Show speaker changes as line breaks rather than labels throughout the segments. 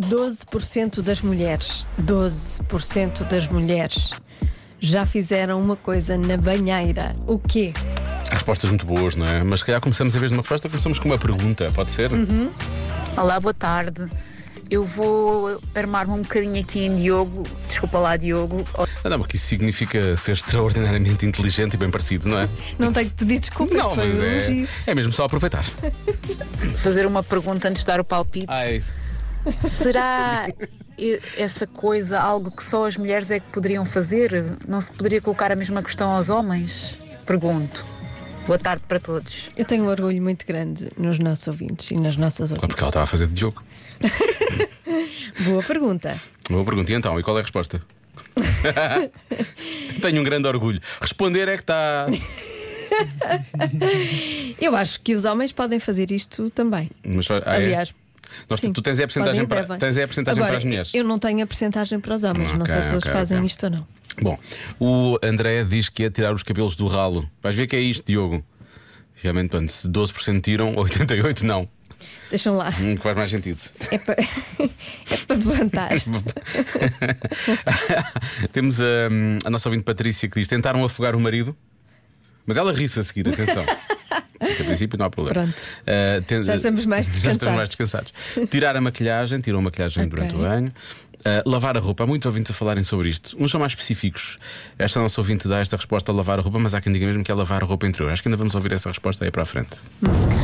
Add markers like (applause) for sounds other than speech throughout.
12% das mulheres, 12% das mulheres já fizeram uma coisa na banheira. O quê?
Respostas muito boas, não é? Mas se calhar começamos em vez de uma resposta, começamos com uma pergunta, pode ser?
Uhum.
Olá, boa tarde. Eu vou armar-me um bocadinho aqui em Diogo. Desculpa lá, Diogo.
Ah, não, porque isso significa ser extraordinariamente inteligente e bem parecido, não é?
Não tenho que pedir desculpas,
não,
isto foi um
mas
elogio.
é, é mesmo só aproveitar.
Fazer uma pergunta antes de dar o palpite.
Ah, é
isso.
Será e- essa coisa algo que só as mulheres é que poderiam fazer? Não se poderia colocar a mesma questão aos homens? Pergunto. Boa tarde para todos.
Eu tenho um orgulho muito grande nos nossos ouvintes e nas nossas
Claro,
ouvintes.
porque ela estava a fazer de Diogo.
Boa pergunta.
Uma boa pergunta. E então, e qual é
(laughs)
a resposta? Tenho um grande orgulho. Responder é que está.
Eu acho que os homens podem fazer isto também.
Mas, ah, é?
Aliás,
Nós-
sim,
tu tens é
podem
a percentagem
e
para,
devem.
tens é a percentagem
Agora,
para as mulheres.
Eu não tenho a percentagem para os homens, não
Ok,
sei se eles
ok,
fazem
ok.
isto ou não.
Bom, o André diz que é tirar os cabelos do ralo. Vais ver que é isto, Diogo. Realmente, pronto, se 12% tiram, 88% não.
Deixam
(laughs)
lá.
Hum, que faz mais sentido.
É para (laughs) é para levantar.
(laughs) Temos hum, a, nossa ouvinte Patrícia que diz: tentaram afogar o marido, mas ela ri-se a seguir, atenção. Porque, a princípio não há problema.
Pronto.
Ah, ten-
Já estamos mais
(laughs) Já estamos mais descansados. Tirar a maquilhagem, tirou a maquilhagem
Ok.
durante o banho. Ah, lavar a roupa, há muitos ouvintes a falarem sobre isto. Uns são mais específicos. Esta nossa ouvinte dá esta resposta a lavar a roupa, mas há quem diga mesmo que é lavar a roupa interior. Acho que ainda vamos ouvir essa resposta aí para a frente.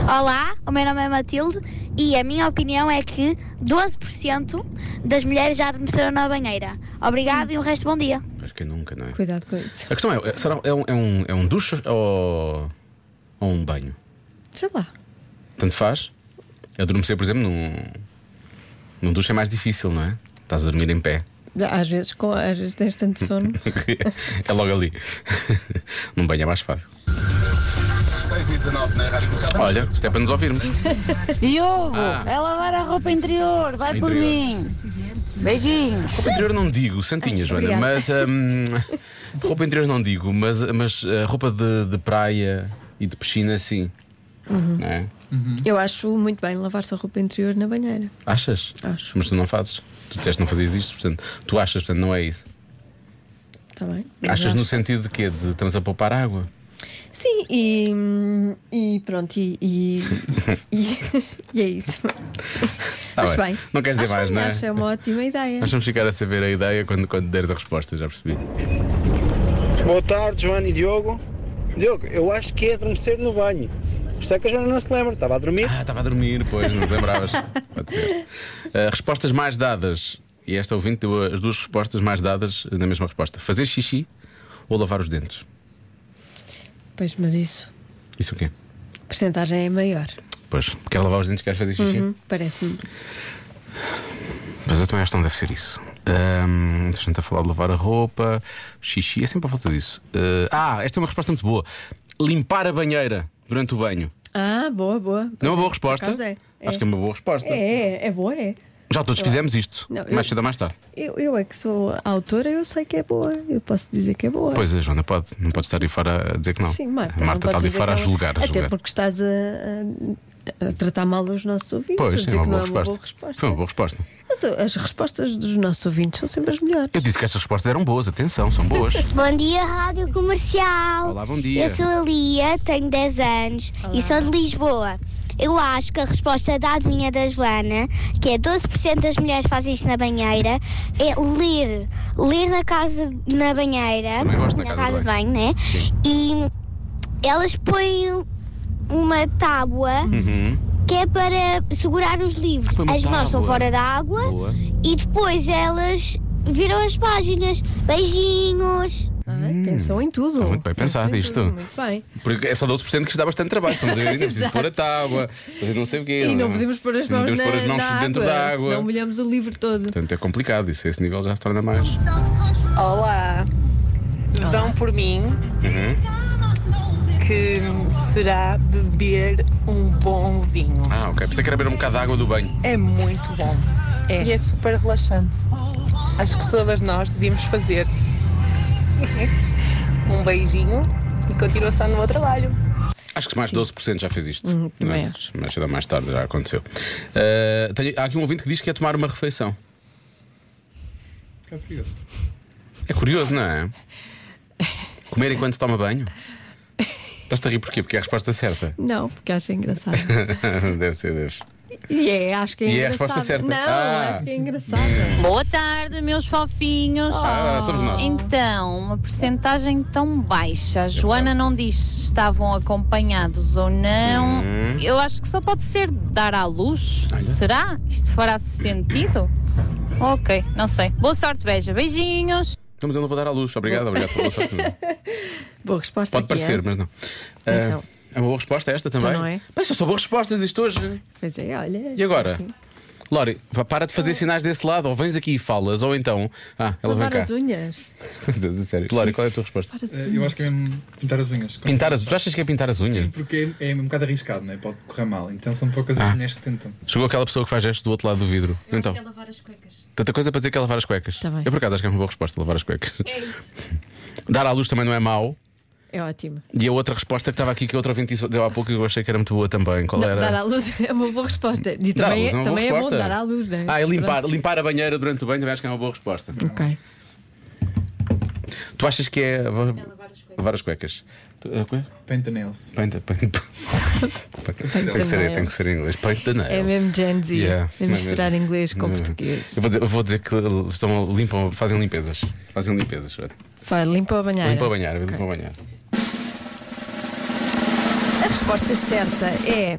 Olá, o meu nome é Matilde e a minha opinião é que 12% das mulheres já adormeceram na banheira. Obrigado e o resto bom dia.
Acho que nunca, não é?
Cuidado com isso.
A questão é: é- será, é, um, é, um, é um duche ou, ou um banho?
Sei lá.
Tanto faz. Adormecer, por exemplo, num, num duche é mais difícil, não é? Estás a dormir em pé. (laughs)
Às vezes, com, às vezes tens tanto sono.
é logo ali. (laughs) num banho é mais fácil.
6 e 19 na Rádio Comercial.
Olha, isto é para nos ouvirmos.
Diogo,
Ah.
é lavar a roupa interior, vai por
Interior.
mim. Beijinho.
Roupa interior não digo, santinha, Joana,
obrigada.
mas. hum, (laughs) roupa interior não digo, mas, mas ah, roupa de, de praia e de piscina, sim.
Uhum.
Não é?
Eu acho muito bem lavar-se a roupa interior na banheira.
Achas?
Acho.
Mas tu não fazes. Tu disseste que não fazias isto, portanto, tu achas, portanto, não é isso.
Está tá bem?
Achas
Mas
no
acho.
sentido de quê? De estamos a poupar água?
Sim, e, e pronto, e,
(laughs)
e, e- e é isso.
Tá
Mas
bem.
bem.
Não queres dizer
Acho
mais,
bem,
não é?
Acho é uma ótima ideia.
Nós vamos ficar a saber a ideia quando, quando deres a resposta, já percebi.
Boa tarde, Joana e Diogo. Diogo, eu acho que é adormecer no banho. Por isso é que a Joana não se lembra, estava a dormir.
Ah, estava a dormir, pois, não te lembravas. (laughs) Pode ser. Ah, respostas mais dadas. E esta ouvinte deu as duas respostas mais dadas na mesma resposta: fazer xixi ou lavar os dentes.
Pois, mas isso,
Isso o quê?
a percentagem é maior.
Pois, quer lavar os dentes, quer fazer xixi.
Hum, Parece-me.
Mas eu também acho que não deve ser isso. Ahm, deixa eu falar de lavar a roupa, xixi, é sempre à volta disso. Ah, ah, esta é uma resposta muito boa: limpar a banheira durante o banho.
Ah, boa, boa.
Não é uma
Pois
boa
por acaso
resposta?
É. É.
Acho que é uma boa resposta.
é, é, é boa, é.
Já todos fizemos isto,
Não, eu-
mais cedo ou mais tarde.
Eu, eu é que sou autora, eu sei que é boa. Eu posso dizer que é boa.
Pois a Joana pode, não pode estar aí fora a dizer que não.
Sim, Marta.
A
não
Marta está
podes
ali
dizer
fora a
que é uma-
julgar. A
Até
julgar.
porque estás a, a- a tratar mal os nossos ouvintes. a
Pois,
dizer
é uma
que não
boa,
é uma boa
resposta. Foi uma boa resposta.
Mas o- as respostas dos nossos ouvintes são sempre as melhores.
Eu disse que estas respostas eram boas, atenção, são boas.
Bom dia, Rádio Comercial.
Olá, bom dia.
Eu sou a Lia, tenho 10 anos e sou de Lisboa. Eu acho que a resposta da adivinha da Joana, que é 12% das mulheres fazem isto na banheira, é ler. Ler na casa, na banheira.
Também gosto na casa de
de banho, né? E elas põem uma tábua
Uhum.
que é para segurar os livros.
Põe uma
As mãos estão
tábua.
fora da água
Boa.
e depois elas viram as páginas. Beijinhos!
Ai, é? pensam em tudo.
Hum. Está muito bem
Pensam
pensado
em
isto.
tudo, Muito bem.
Porque é só 12% que isto dá bastante trabalho. Estamos a ainda preciso
(laughs) Exato.
pôr a tábua, fazer não sei o quê.
E não
é?
podemos pôr as
Não
mãos,
podemos
na,
pôr as mãos
na
dentro
água,
da água.
senão molhamos o livro todo.
Portanto, é complicado isso. A esse nível já se torna mais.
Olá, dão por mim que será beber um bom vinho.
Ah, ok. Pensei que era beber um bocado de água do banho.
É muito bom
É.
e é super relaxante. Acho que todas nós devíamos fazer. (laughs) um beijinho e continuação no meu trabalho.
Acho que mais 12% já fez isto. não
Hum, também
é?
acho.
Mas cedo ou mais tarde já aconteceu. Uh, tenho- há aqui um ouvinte que diz que é tomar uma refeição. É curioso, não é? Comer enquanto se toma banho? Estás-te a rir porquê? Porque é a resposta certa. (laughs)
Não, porque acho engraçado.
deve ser, deve.
E é, acho que é
E é a
engraçado.
resposta certa.
Não,
Ah.
acho que é engraçado.
Boa tarde, meus fofinhos.
Ah, somos nós. É
Então, uma percentagem tão baixa. A Joana não diz se estavam acompanhados ou não. Eu acho que só pode ser dar à luz.
Uhum. Olha.
Será? Isto fará sentido? Ok, não sei. Boa sorte, beija. Beijinhos.
Então, mas eu não vou dar à luz. Obrigado, obrigado
(laughs)
pela sorte.
Boa resposta
Pode
aqui,
parecer,
é?
mas não.
Atenção.
Ah, é uma boa resposta esta também.
não é?
Mas são só boas respostas isto hoje.
Pois é, olha.
E agora?
assim.
Lori, pá, para de fazer sinais desse lado, ou vens aqui e falas, ou então. Ah, ela
Lavar
vem
as
cá.
unhas.
(laughs) Meu Deus, a sério. Lori, qual é a tua resposta?
Lavar as
Eh,
unhas.
Eu acho que é mesmo pintar as unhas.
Pintar as Tu achas que é pintar as unhas?
Sim, porque é é um bocado arriscado, não é? Pode correr mal. Então são poucas as mulheres que tentam.
Chegou aquela pessoa que faz gesto do outro lado do vidro. então.
é lavar as cuecas.
Tanta coisa para dizer que é lavar as cuecas.
Tá bem.
Eu por acaso acho que é uma boa resposta, lavar as cuecas.
É isso.
(laughs) Dar à luz também não é mau.
É ótimo.
E a outra resposta que estava aqui, que a outra ouvinte deu há pouco, que eu achei que era muito boa também. Qual era?
Dar à luz (laughs) é uma boa resposta. E
Dar à
também,
luz
é,
uma boa
também é bom
resposta.
dar à luz, não é?
Ah, é limpar, limpar a banheira durante o banho também acho que é uma boa resposta.
Ok.
Tu achas que é. Lavar as cuecas. Tu- ah, como é?
Paint the nails.
Paint,
(laughs)
paint, tem, que ser, tem que ser em inglês. Paint the nails.
É mesmo Gen Z.
Yeah,
É
não é
misturar
mesmo?
inglês com
Não é mesmo.
português.
Eu vou dizer, eu vou dizer que estão, limpam, fazem limpezas. Fazem limpezas.
Vai, limpa a banheira.
Limpa a banheira, limpa a banheira.
A resposta certa é.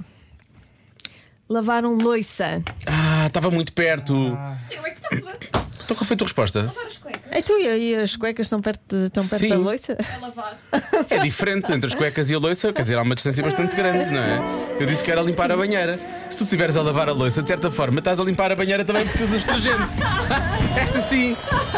Lavar um loiça.
Ah, estava muito perto. Então qual foi a tua resposta?
Então, e aí as cuecas estão perto, estão perto
Sim.
da loiça?
É diferente entre as cuecas e a louça, quer dizer, há uma distância bastante grande, não é? Eu disse que era limpar a banheira. Se tu estiveres a lavar a louça, de certa forma, estás a limpar a banheira também porque
(laughs)
usas detergente. Esta sim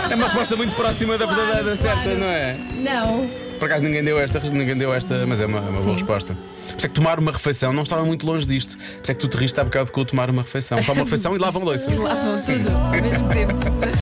é uma resposta muito próxima da verdadeira da certa,
claro.
não é?
Não.
Por acaso ninguém deu esta, ninguém deu esta, mas é uma, é uma boa resposta. Por isso é que tomar uma refeição não estava muito longe disto. Por isso é que tu te riste há bocado com o tomar uma refeição. Toma uma refeição e lava a louça.
Lavam tudo ao mesmo tempo.